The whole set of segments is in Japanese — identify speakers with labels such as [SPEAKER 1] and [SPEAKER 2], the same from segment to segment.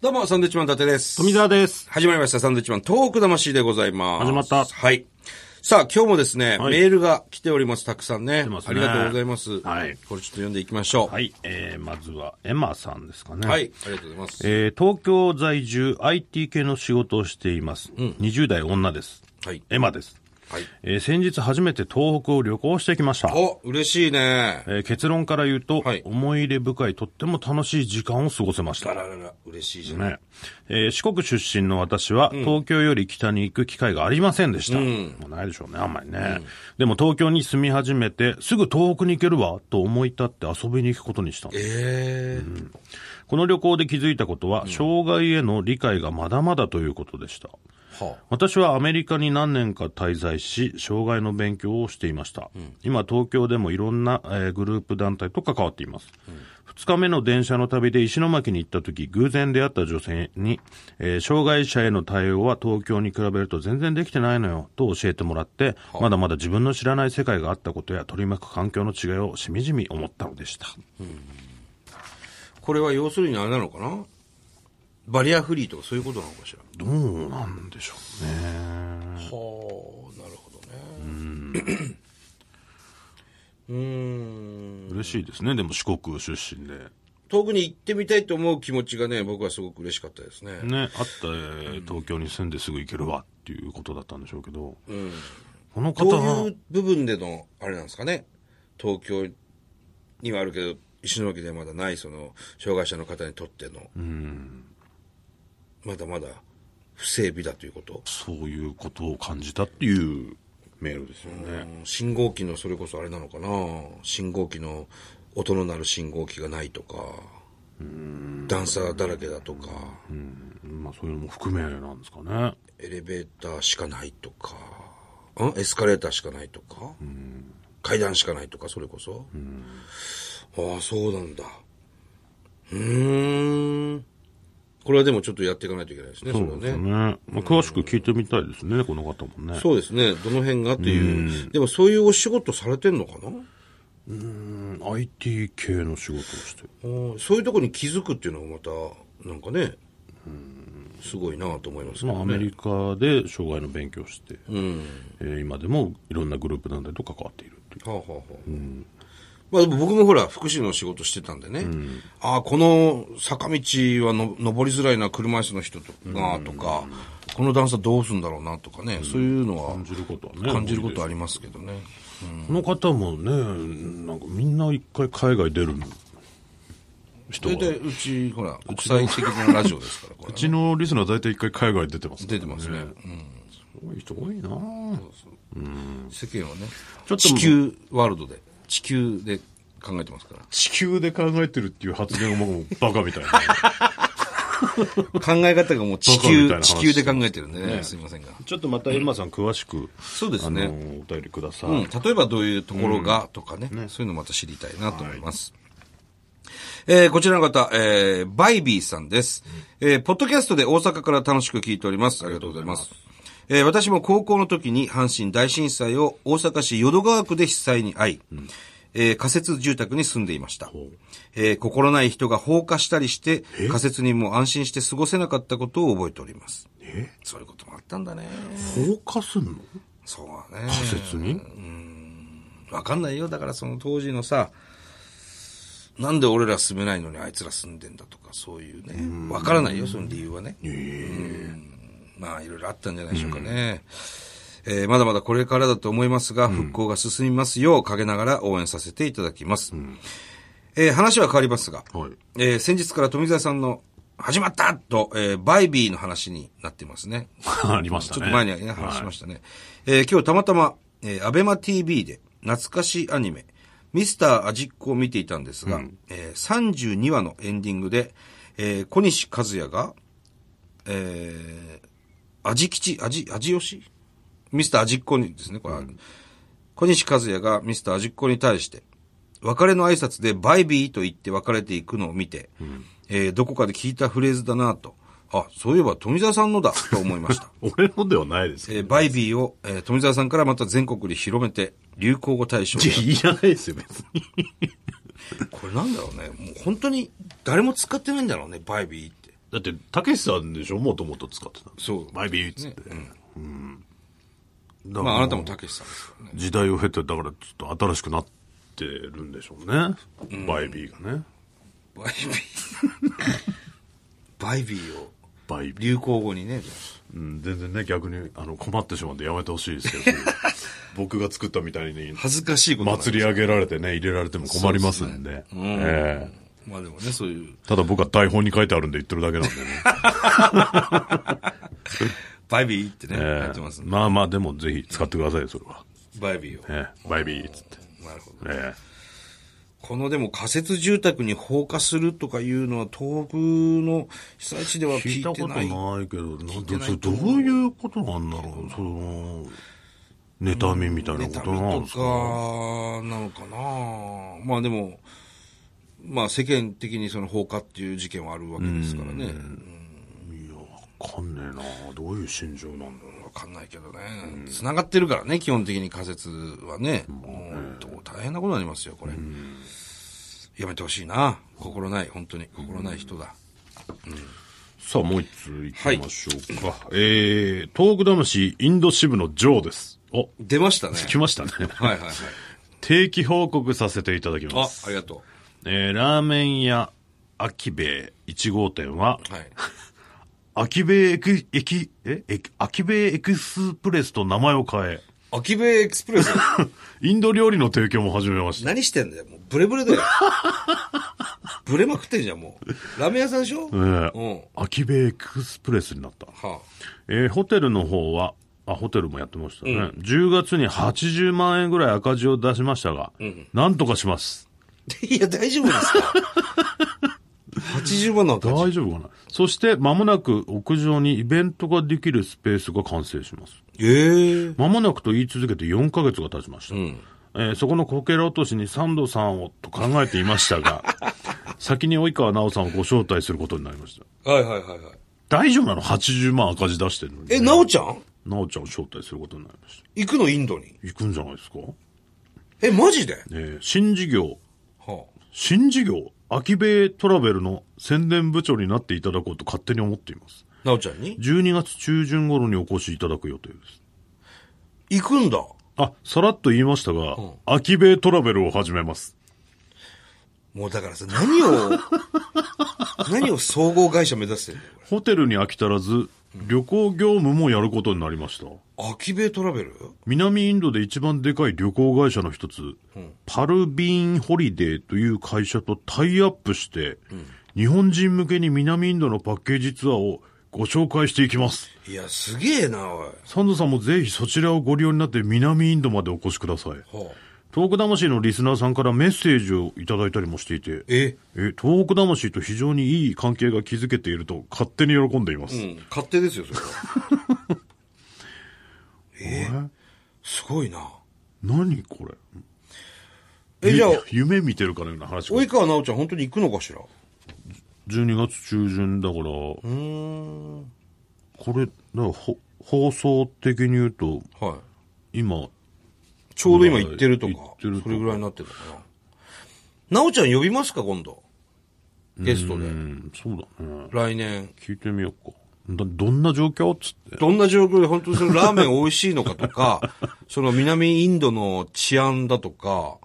[SPEAKER 1] どうも、サンドウィッチマン伊達です。
[SPEAKER 2] 富澤です。
[SPEAKER 1] 始まりました、サンドウィッチマン、トーク魂でございます。
[SPEAKER 2] 始まった
[SPEAKER 1] はい。さあ、今日もですね、
[SPEAKER 2] はい
[SPEAKER 1] メールが来ております、たくさんね。
[SPEAKER 2] てます
[SPEAKER 1] あり
[SPEAKER 2] ね
[SPEAKER 1] がとうございます。
[SPEAKER 2] はい
[SPEAKER 1] これちょっと読んでいきましょう。
[SPEAKER 2] はい、えー、まずはエマさんですかね。
[SPEAKER 1] はい。ありがとうございます。
[SPEAKER 2] えー、東京在住 IT 系の仕事をしています。20代女です。
[SPEAKER 1] はい。
[SPEAKER 2] エマです。
[SPEAKER 1] はい。
[SPEAKER 2] えー、先日初めて東北を旅行してきました。
[SPEAKER 1] お、嬉しいね。
[SPEAKER 2] えー、結論から言うと、
[SPEAKER 1] はい
[SPEAKER 2] 思い入れ深いとっても楽しい時間を過ごせまし
[SPEAKER 1] あ
[SPEAKER 2] た。
[SPEAKER 1] ららら、嬉しいじゃない。
[SPEAKER 2] ねえー、四国出身の私は、東京より北に行く機会がありませんでした。もうないでしょうね、あんまりね、でも東京に住み始めて、すぐ東北に行けるわ、と思い立って遊びに行くことにしたんです
[SPEAKER 1] ええ
[SPEAKER 2] この旅行で気づいたことは、障害への理解がまだまだということでした。
[SPEAKER 1] はあ。
[SPEAKER 2] 私はアメリカに何年か滞在し、障害の勉強をしていました。今、東京でもいろんな、えーグループ団体と関わっています。2日目の電車の旅で石巻に行った時、偶然出会った女性に、えー障害者への対応は東京に比べると全然できてないのよ、と教えてもらって、まだまだ自分の知らない世界があったことや取り巻く環境の違いをしみじみ思ったのでした。
[SPEAKER 1] これは要するにあれなのかなバリアフリーとかそういうことなのかしら。
[SPEAKER 2] どうなんでしょうね。
[SPEAKER 1] はあ、なるほどね。 うーん。
[SPEAKER 2] 嬉しいですね、でも四国出身で。
[SPEAKER 1] 遠くに行ってみたいと思う気持ちがね、僕はすごく嬉しかったですね。
[SPEAKER 2] ね、あった、えー東京に住んですぐ行けるわっていうことだったんでしょうけど、この方
[SPEAKER 1] ど
[SPEAKER 2] は
[SPEAKER 1] ういう部分での、あれなんですかね、東京にはあるけど、石巻ではまだない、その、障害者の方にとっての、まだまだ不整備だということ。
[SPEAKER 2] そういうことを感じたっていうメールですよね。
[SPEAKER 1] うん信号機の、それこそあれなのかな、信号機の、音の鳴る信号機がないとか、段差だらけだとか、
[SPEAKER 2] まあそういうのも含めなんですかね。
[SPEAKER 1] エレベーターしかないとか、んエスカレーターしかないとか、階段しかないとか、それこそ。ああ、そうなんだ。うーん。これはでもちょっとやっていかないといけないですね、そ
[SPEAKER 2] そ
[SPEAKER 1] れ
[SPEAKER 2] う
[SPEAKER 1] は
[SPEAKER 2] ですね。
[SPEAKER 1] ね。
[SPEAKER 2] まあ、詳しく聞いてみたいですね、この方もね。
[SPEAKER 1] そうですね、どの辺がっていう。でもそういうお仕事されてんのかな
[SPEAKER 2] うん、IT 系の仕事をしてる。
[SPEAKER 1] うんそういうとこに気づくっていうのもまた、なんかね、すごいなと思いますけ
[SPEAKER 2] まあ
[SPEAKER 1] ど
[SPEAKER 2] アメ
[SPEAKER 1] ね。
[SPEAKER 2] リカで障害の勉強をして、
[SPEAKER 1] うん。
[SPEAKER 2] えー今でもいろんなグループ団体と関わっているっていう。
[SPEAKER 1] はあはあはあまあ、僕もほら、福祉の仕事してたんでね、ああ、この坂道はの登りづらいな、車椅子の人とが、とか、この段差どうすんだろうなとかね、そういうのは
[SPEAKER 2] 感じることはね。
[SPEAKER 1] 感じることありますけどね。
[SPEAKER 2] この方もね、なんかみんな一回海外出る人
[SPEAKER 1] 大
[SPEAKER 2] が。
[SPEAKER 1] 体、うち、ほら、国際的なラジオですから、これ
[SPEAKER 2] う。ちのリスナー大体一回海外出てます、
[SPEAKER 1] 出てますね。
[SPEAKER 2] すごい人多いな
[SPEAKER 1] うん世間はね、
[SPEAKER 2] ちょっと
[SPEAKER 1] 地球ワールドで、地球で考えてます から。
[SPEAKER 2] 地球で考えてるっていう発言がもうバカみたいな。
[SPEAKER 1] 考え方がもう地
[SPEAKER 2] バカみたいな
[SPEAKER 1] 球、
[SPEAKER 2] 話
[SPEAKER 1] 地球で考えてるんでね、すいませんが。
[SPEAKER 2] ちょっとまたエルマさん詳しく、
[SPEAKER 1] そうですね
[SPEAKER 2] あのお便りください。
[SPEAKER 1] うん、例えばどういうところがとかね、そういうのまた知りたいなと思います。えーこちらの方、えーバイビーさんです。えーポッドキャストで大阪から楽しく聞いております。ありがとうございます。えー私も高校の時に阪神大震災を大阪市淀川区で被災に遭い、えー仮設住宅に住んでいました。えー心ない人が放火したりして、仮設にも安心して過ごせなかったことを覚えております。
[SPEAKER 2] え
[SPEAKER 1] そういうこともあったんだね。
[SPEAKER 2] 放火すんの
[SPEAKER 1] そう だね。
[SPEAKER 2] 仮説に
[SPEAKER 1] わかんないよ。だからその当時のさ、なんで俺ら住めないのにあいつら住んでんだとか、そういうね。わからないよ、その理由はね。うんまあ、いろいろあったんじゃないでしょうかね。えーまだまだこれからだと思いますが、復興が進みますよう陰ながら応援させていただきます。えー話は変わりますが、
[SPEAKER 2] はい
[SPEAKER 1] えー先日から富澤さんの始まったと、えーバイビーの話になってますね。
[SPEAKER 2] ありましたね。
[SPEAKER 1] ちょっと前に、ね、話しましたね。えー今日たまたま、えー、アベマ TV で懐かしいアニメ、ミスターアジックを見ていたんですが、えー32話のエンディングで、えー小西和也が、えー、アジ吉、アジ、アジヨシミスターアジッコにですね、これは、小西和也がミスターアジッコに対して、別れの挨拶でバイビーと言って別れていくのを見て、えーどこかで聞いたフレーズだなと、あ、そういえば富澤さんのだと思いました。
[SPEAKER 2] 俺のではないですけ
[SPEAKER 1] えーバイビーを、えー富澤さんからまた全国に広めて、流行語大賞に
[SPEAKER 2] ど。いや、いらないですよ、別に。
[SPEAKER 1] これなんだろうね。もう本当に誰も使ってないんだろうね、バイビーって。
[SPEAKER 2] だって、たけしさんでしょもともと使ってたの
[SPEAKER 1] そう
[SPEAKER 2] マイビーっつって。うん。だから
[SPEAKER 1] まあ、あなたもたけしさんですからね。
[SPEAKER 2] 時代を経て、だからちょっと新しくなってるんでしょうね。バイビーがね。
[SPEAKER 1] バイビー。 バイビーを
[SPEAKER 2] バイビー。
[SPEAKER 1] 流行語にね、じゃ
[SPEAKER 2] うん、全然ね、逆にあの困ってしまうんでやめてほしいですけど、 僕が作ったみたいに
[SPEAKER 1] あ、恥ずかしいこと
[SPEAKER 2] 祭り上げられてね、入れられても困りますんで。ええ
[SPEAKER 1] り。まあでもね、そういう、
[SPEAKER 2] ただ僕は台本に書いてあるんで言ってるだけなんでね。
[SPEAKER 1] バイビーってね、
[SPEAKER 2] ええ
[SPEAKER 1] やってますんで
[SPEAKER 2] まあまあ、でもぜひ使ってください、それは。
[SPEAKER 1] バイビーを。
[SPEAKER 2] ええバイビーっつって。
[SPEAKER 1] なるほど。
[SPEAKER 2] え
[SPEAKER 1] このでも仮設住宅に放火するとかいうのは東北の被災地では
[SPEAKER 2] え
[SPEAKER 1] 聞いてない。
[SPEAKER 2] いけど、なんで
[SPEAKER 1] ないと
[SPEAKER 2] どういうことなんだろう、その、妬みみたいなことなん
[SPEAKER 1] と
[SPEAKER 2] です
[SPEAKER 1] か
[SPEAKER 2] か。
[SPEAKER 1] なのかなまあでも、まあ世間的にその放火っていう事件はあるわけですからね。
[SPEAKER 2] いや、わかんねえな。どういう心情なんだろ
[SPEAKER 1] わかんないけどね。繋がってるからね、基本的に仮説はね。もうどう大変なことになりますよ、これ。やめてほしいな。心ない、本当に。心ない人だ。
[SPEAKER 2] う。さあ、もう一つ行きましょうか。えー、東北魂インド支部のジョーです。お、
[SPEAKER 1] 出ましたね。
[SPEAKER 2] 来ましたね。
[SPEAKER 1] はいはいはい。
[SPEAKER 2] 定期報告させていただきま
[SPEAKER 1] あ、
[SPEAKER 2] す。
[SPEAKER 1] ありがと
[SPEAKER 2] えー、ラーメン屋、秋兵衛1号店は、
[SPEAKER 1] う。はい。
[SPEAKER 2] 秋兵衛エク、エキ、えエキ秋兵衛エクスプレスと名前を変え、
[SPEAKER 1] 秋部エクスプレス。
[SPEAKER 2] インド料理の提供も始めました。
[SPEAKER 1] 何してんだよ。もうブレブレだよ。ブレまくってんじゃん、もう。ラーメン屋さんでしょう
[SPEAKER 2] えー
[SPEAKER 1] ん。
[SPEAKER 2] 秋兵衛エクスプレスになった。
[SPEAKER 1] は
[SPEAKER 2] えーホテルの方は、あ、ホテルもやってましたね。10月に80万円ぐらい赤字を出しましたが、なんとかします。
[SPEAKER 1] あ、 いや、大丈夫です か ?80 万の赤字。
[SPEAKER 2] 大丈夫かなそして、間もなく屋上にイベントができるスペースが完成します。
[SPEAKER 1] ええ
[SPEAKER 2] 間もなくと言い続けて4ヶ月が経ちました。えーそこのこけら落としにサンドさんをと考えていましたが、先に及川奈緒さんをご招待することになりました。
[SPEAKER 1] はいはいはいはい。
[SPEAKER 2] 大丈夫なの ?80 万赤字出してるのに。
[SPEAKER 1] え、なおちゃん
[SPEAKER 2] 奈緒ちゃんを招待することになりました。
[SPEAKER 1] 行くのインドに。
[SPEAKER 2] 行くんじゃないですか
[SPEAKER 1] え、マジで
[SPEAKER 2] えー新事業、
[SPEAKER 1] は
[SPEAKER 2] 新事業、秋米トラベルの宣伝部長になっていただこうと勝手に思っています。
[SPEAKER 1] あ、なおちゃんに
[SPEAKER 2] 12月中旬頃にお越しいただく予定です。
[SPEAKER 1] 行くんだ。
[SPEAKER 2] あ、さらっと言いましたが、
[SPEAKER 1] ん
[SPEAKER 2] 秋米トラベルを始めます。
[SPEAKER 1] もうだからさ、何 を、何を総合会社目指してんだよ、こ
[SPEAKER 2] ホテルに飽き足らず、旅行業務もやることになりました。
[SPEAKER 1] れ。秋ベイトラベル
[SPEAKER 2] 南インドで一番でかい旅行会社の一つ、パルビーンホリデーという会社とタイアップして、日本人向けに南インドのパッケージツアーをご紹介していきます。
[SPEAKER 1] いや、すげえな、おい。
[SPEAKER 2] サンドさんもぜひそちらをご利用になって南インドまでお越しください。
[SPEAKER 1] はあ、
[SPEAKER 2] 東北魂のリスナーさんからメッセージをいただいたりもしていて、
[SPEAKER 1] え、
[SPEAKER 2] え、東北魂と非常にいい関係が築けていると勝手に喜んでいます。
[SPEAKER 1] うん、勝手ですよ、それは。 えすごいな。
[SPEAKER 2] 何これ
[SPEAKER 1] え、じゃあ、
[SPEAKER 2] ゆ夢見てるかのような話が
[SPEAKER 1] 及川直ちゃん本当に行くのかしら
[SPEAKER 2] 12月中旬だから、
[SPEAKER 1] うん。
[SPEAKER 2] これ、だからほ放送的に言うと、
[SPEAKER 1] はい。
[SPEAKER 2] 今、
[SPEAKER 1] ちょうど今行ってるとか、
[SPEAKER 2] 行ってるとか
[SPEAKER 1] それぐらいになってるのかな。直ちゃん呼びますか、今度。ゲスト
[SPEAKER 2] う
[SPEAKER 1] で。
[SPEAKER 2] ん、そうだね。
[SPEAKER 1] 来年。
[SPEAKER 2] 聞いてみようか。だどんな状況っつって。
[SPEAKER 1] どんな状況で本当にそのラーメン美味しいのかと か、その南インドの治安だとか、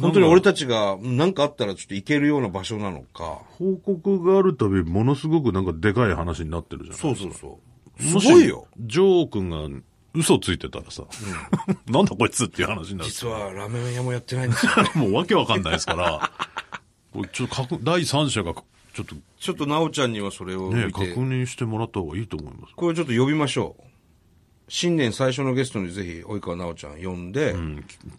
[SPEAKER 1] 本当に俺たちが何かあったらちょっと行けるような場所なのか。
[SPEAKER 2] 報告があるたび、ものすごくなんかでかい話になってるじゃん。
[SPEAKER 1] そうそうそう。す
[SPEAKER 2] もし
[SPEAKER 1] ごいよ。。
[SPEAKER 2] ジョー君が嘘ついてたらさ、 なんだこいつっていう話になる。
[SPEAKER 1] 実はラーメン屋もやってないん ですよね。
[SPEAKER 2] もうわけわかんないで すから、これちょっと確第三者がちょっと
[SPEAKER 1] ちょっとなおちゃんにはそれを
[SPEAKER 2] ね、
[SPEAKER 1] 見て、
[SPEAKER 2] 確認してもらった方がいいと思います。
[SPEAKER 1] これちょっと呼びましょう。新年最初のゲストにぜひ、及川なおちゃん呼んで、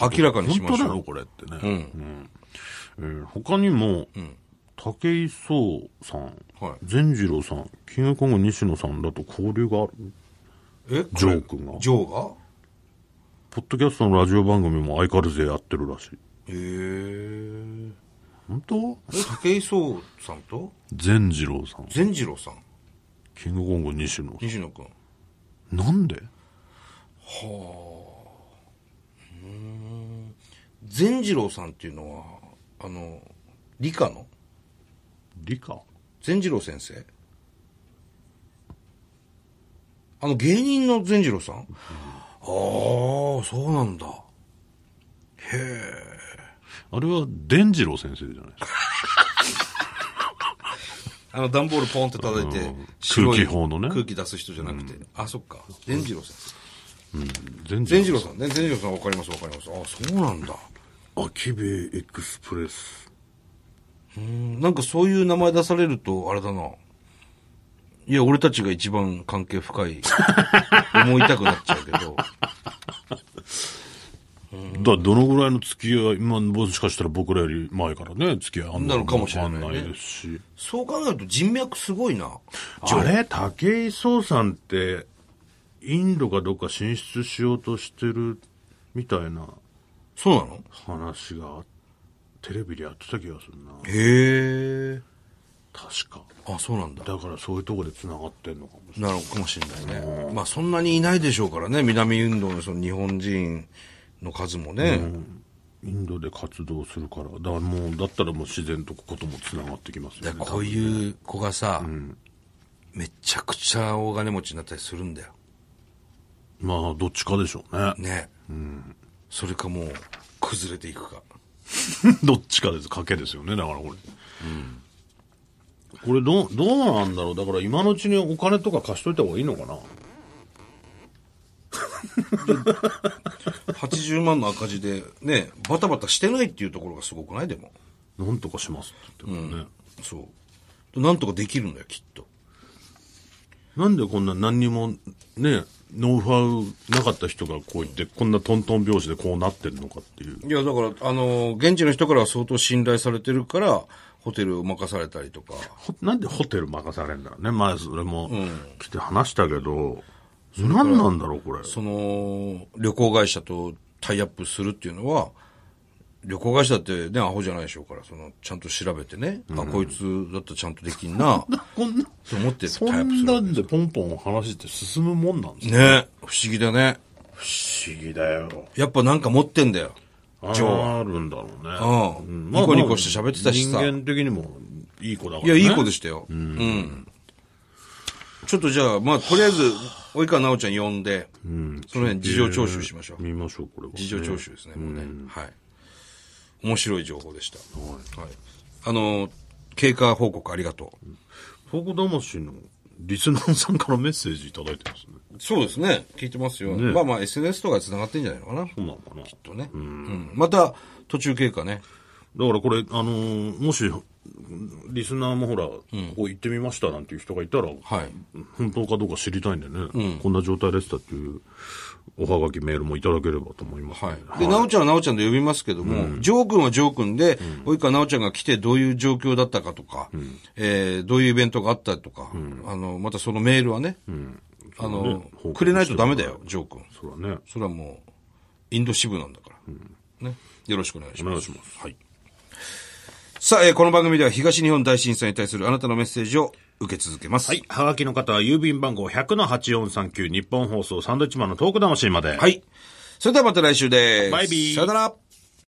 [SPEAKER 1] 明らかにしま
[SPEAKER 2] 本
[SPEAKER 1] し
[SPEAKER 2] 当な
[SPEAKER 1] ょ
[SPEAKER 2] の
[SPEAKER 1] う。
[SPEAKER 2] これってね。うんえー他にも、武井壮さん、
[SPEAKER 1] はい
[SPEAKER 2] 善次郎さん、キングコング西野さんだと交流がある。
[SPEAKER 1] えこれ
[SPEAKER 2] ジョー君が
[SPEAKER 1] ジョーが
[SPEAKER 2] ポッドキャストのラジオ番組も相変わらずやってるらし
[SPEAKER 1] へ
[SPEAKER 2] い。
[SPEAKER 1] え。
[SPEAKER 2] 本当
[SPEAKER 1] え、武井壮さんと
[SPEAKER 2] 善次郎さん、
[SPEAKER 1] 善次郎さん
[SPEAKER 2] キングコング西野さ
[SPEAKER 1] 西野君。
[SPEAKER 2] ん。なんで
[SPEAKER 1] 善次郎さんっていうのは、あの、理科の
[SPEAKER 2] 理科
[SPEAKER 1] 善次郎先生あの芸人の善次郎さん、ああ、そうなんだ。
[SPEAKER 2] あれは、伝次郎先生じゃないですか。
[SPEAKER 1] あの、段ボールポンって叩いて
[SPEAKER 2] うん、
[SPEAKER 1] 白い
[SPEAKER 2] 空気砲のね
[SPEAKER 1] 空気出す人じゃなくて。あ、そっか。善次郎さん。
[SPEAKER 2] 伝
[SPEAKER 1] 善次郎さんね。善次郎さんわかりますわかります。あ、そうなんだ。
[SPEAKER 2] アキベエクスプレス。
[SPEAKER 1] うんなんかそういう名前出されると、あれだな。いや、俺たちが一番関係深 い、思いたくなっちゃうけど。
[SPEAKER 2] だどのぐらいの付き合い、まあ、もしかしたら僕らより前からね、付き合いあん
[SPEAKER 1] なのかもしれないね
[SPEAKER 2] わかんないですし。
[SPEAKER 1] そう考えると人脈すごいな。
[SPEAKER 2] あれ武井壮さんって、インドかどっか進出しようとしてるみたいな
[SPEAKER 1] そうなの
[SPEAKER 2] 話が、テレビでやってた気がするな。
[SPEAKER 1] へえ。
[SPEAKER 2] 確か。
[SPEAKER 1] あ、そうなんだ。
[SPEAKER 2] だからそういうとこで繋がってんのかもし
[SPEAKER 1] なのかもしれないね。まあそんなにいないでしょうからね、南運動のその日本人の数もね。
[SPEAKER 2] れない。インドで活動するから。だからもう、だったらもう自然とことも繋がってきますよ
[SPEAKER 1] だ
[SPEAKER 2] ね。
[SPEAKER 1] からこういう子がさ、めちゃくちゃ大金持ちになったりするんだよ。
[SPEAKER 2] まあ、どっちかでしょうね。
[SPEAKER 1] ね。それかもう、崩れていくか。
[SPEAKER 2] どっちかです。賭けですよね。だからこれ。これどう、どうなんだろう。だから今のうちにお金とか貸しといた方がいいのかな。
[SPEAKER 1] 80万の赤字で、ね、バタバタしてないっていうところがすごくないでも。
[SPEAKER 2] なんとかしますって言ってるからね。
[SPEAKER 1] そう。なんとかできるんだよ、きっと。
[SPEAKER 2] なんでこんな何にもね、ノウハウなかった人がこう言って、こんなトントン拍子でこうなってるのかっていう。
[SPEAKER 1] いや、だから、あの、現地の人からは相当信頼されてるから、ホテルを任されたりとか。
[SPEAKER 2] ほなんでホテル任されるんだろうね。前それも来て話したけど、何なんだろうこれ。
[SPEAKER 1] その、旅行会社とタイアップするっていうのは、旅行会社だってね、アホじゃないでしょうから、その、ちゃんと調べてね、あ、こいつだったらちゃんとできんな、
[SPEAKER 2] こんな、
[SPEAKER 1] と思ってタ
[SPEAKER 2] そ
[SPEAKER 1] イアップ
[SPEAKER 2] ん
[SPEAKER 1] する。
[SPEAKER 2] なんでポンポン話して進むもんなんですか
[SPEAKER 1] ね不思議だね。
[SPEAKER 2] 不思議だよ。
[SPEAKER 1] やっぱなんか持ってんだよ。
[SPEAKER 2] あるんだろうね。
[SPEAKER 1] うんニコニコして喋ってたしさ
[SPEAKER 2] 人間的にもいい子だか
[SPEAKER 1] い
[SPEAKER 2] ら、
[SPEAKER 1] や、
[SPEAKER 2] ね。
[SPEAKER 1] いい子
[SPEAKER 2] で
[SPEAKER 1] でしたよ。うん。ちょっとじゃあ、まあ、とりあえず、及川奈緒ちゃん呼んで、その辺、事情聴取しましょう。
[SPEAKER 2] 見ましょう、これは、
[SPEAKER 1] 事情聴取ですね、もうね。はい。面白い情報でした。はい。あの、経過報告ありがとう。
[SPEAKER 2] フォーク魂のリスナーさんからメッセージいただいてますね。
[SPEAKER 1] そうですね。聞いてますよ。まあまあ、SNS とかで繋がってんじゃないのかな。きっ
[SPEAKER 2] そうなのかな。だか
[SPEAKER 1] とね。うん。また、途中経過ね。
[SPEAKER 2] らこれ、あのーもし、リスナーもほら、ここ行ってみましたなんていう人がいたら、
[SPEAKER 1] はい。
[SPEAKER 2] 本当かどうか知りたいんでね、こんな状態でしたっていう、おはがきメールもいただければと思います、ね。
[SPEAKER 1] はい。で、なおちゃんはなおちゃんで呼びますけども、ジョー君はジョー君で、及川なおちゃんが来てどういう状況だったかとか、えーどういうイベントがあったとか、あの、またそのメールはね、あの、くれないとダメだよ、ジョー君。
[SPEAKER 2] それはね、
[SPEAKER 1] それはもう、インド支部なんだから。ね。よろしくお願いし
[SPEAKER 2] お願
[SPEAKER 1] ま
[SPEAKER 2] い
[SPEAKER 1] す。
[SPEAKER 2] します。
[SPEAKER 1] はい。さあ、えーこの番組では東日本大震災に対するあなたのメッセージを受け続けます。
[SPEAKER 2] はい。。はがきの方は郵便番号100-8439日本放送サンドイッチマンのトーク魂まで。
[SPEAKER 1] はい。それではまた来週です。
[SPEAKER 2] バイビー
[SPEAKER 1] さよなら。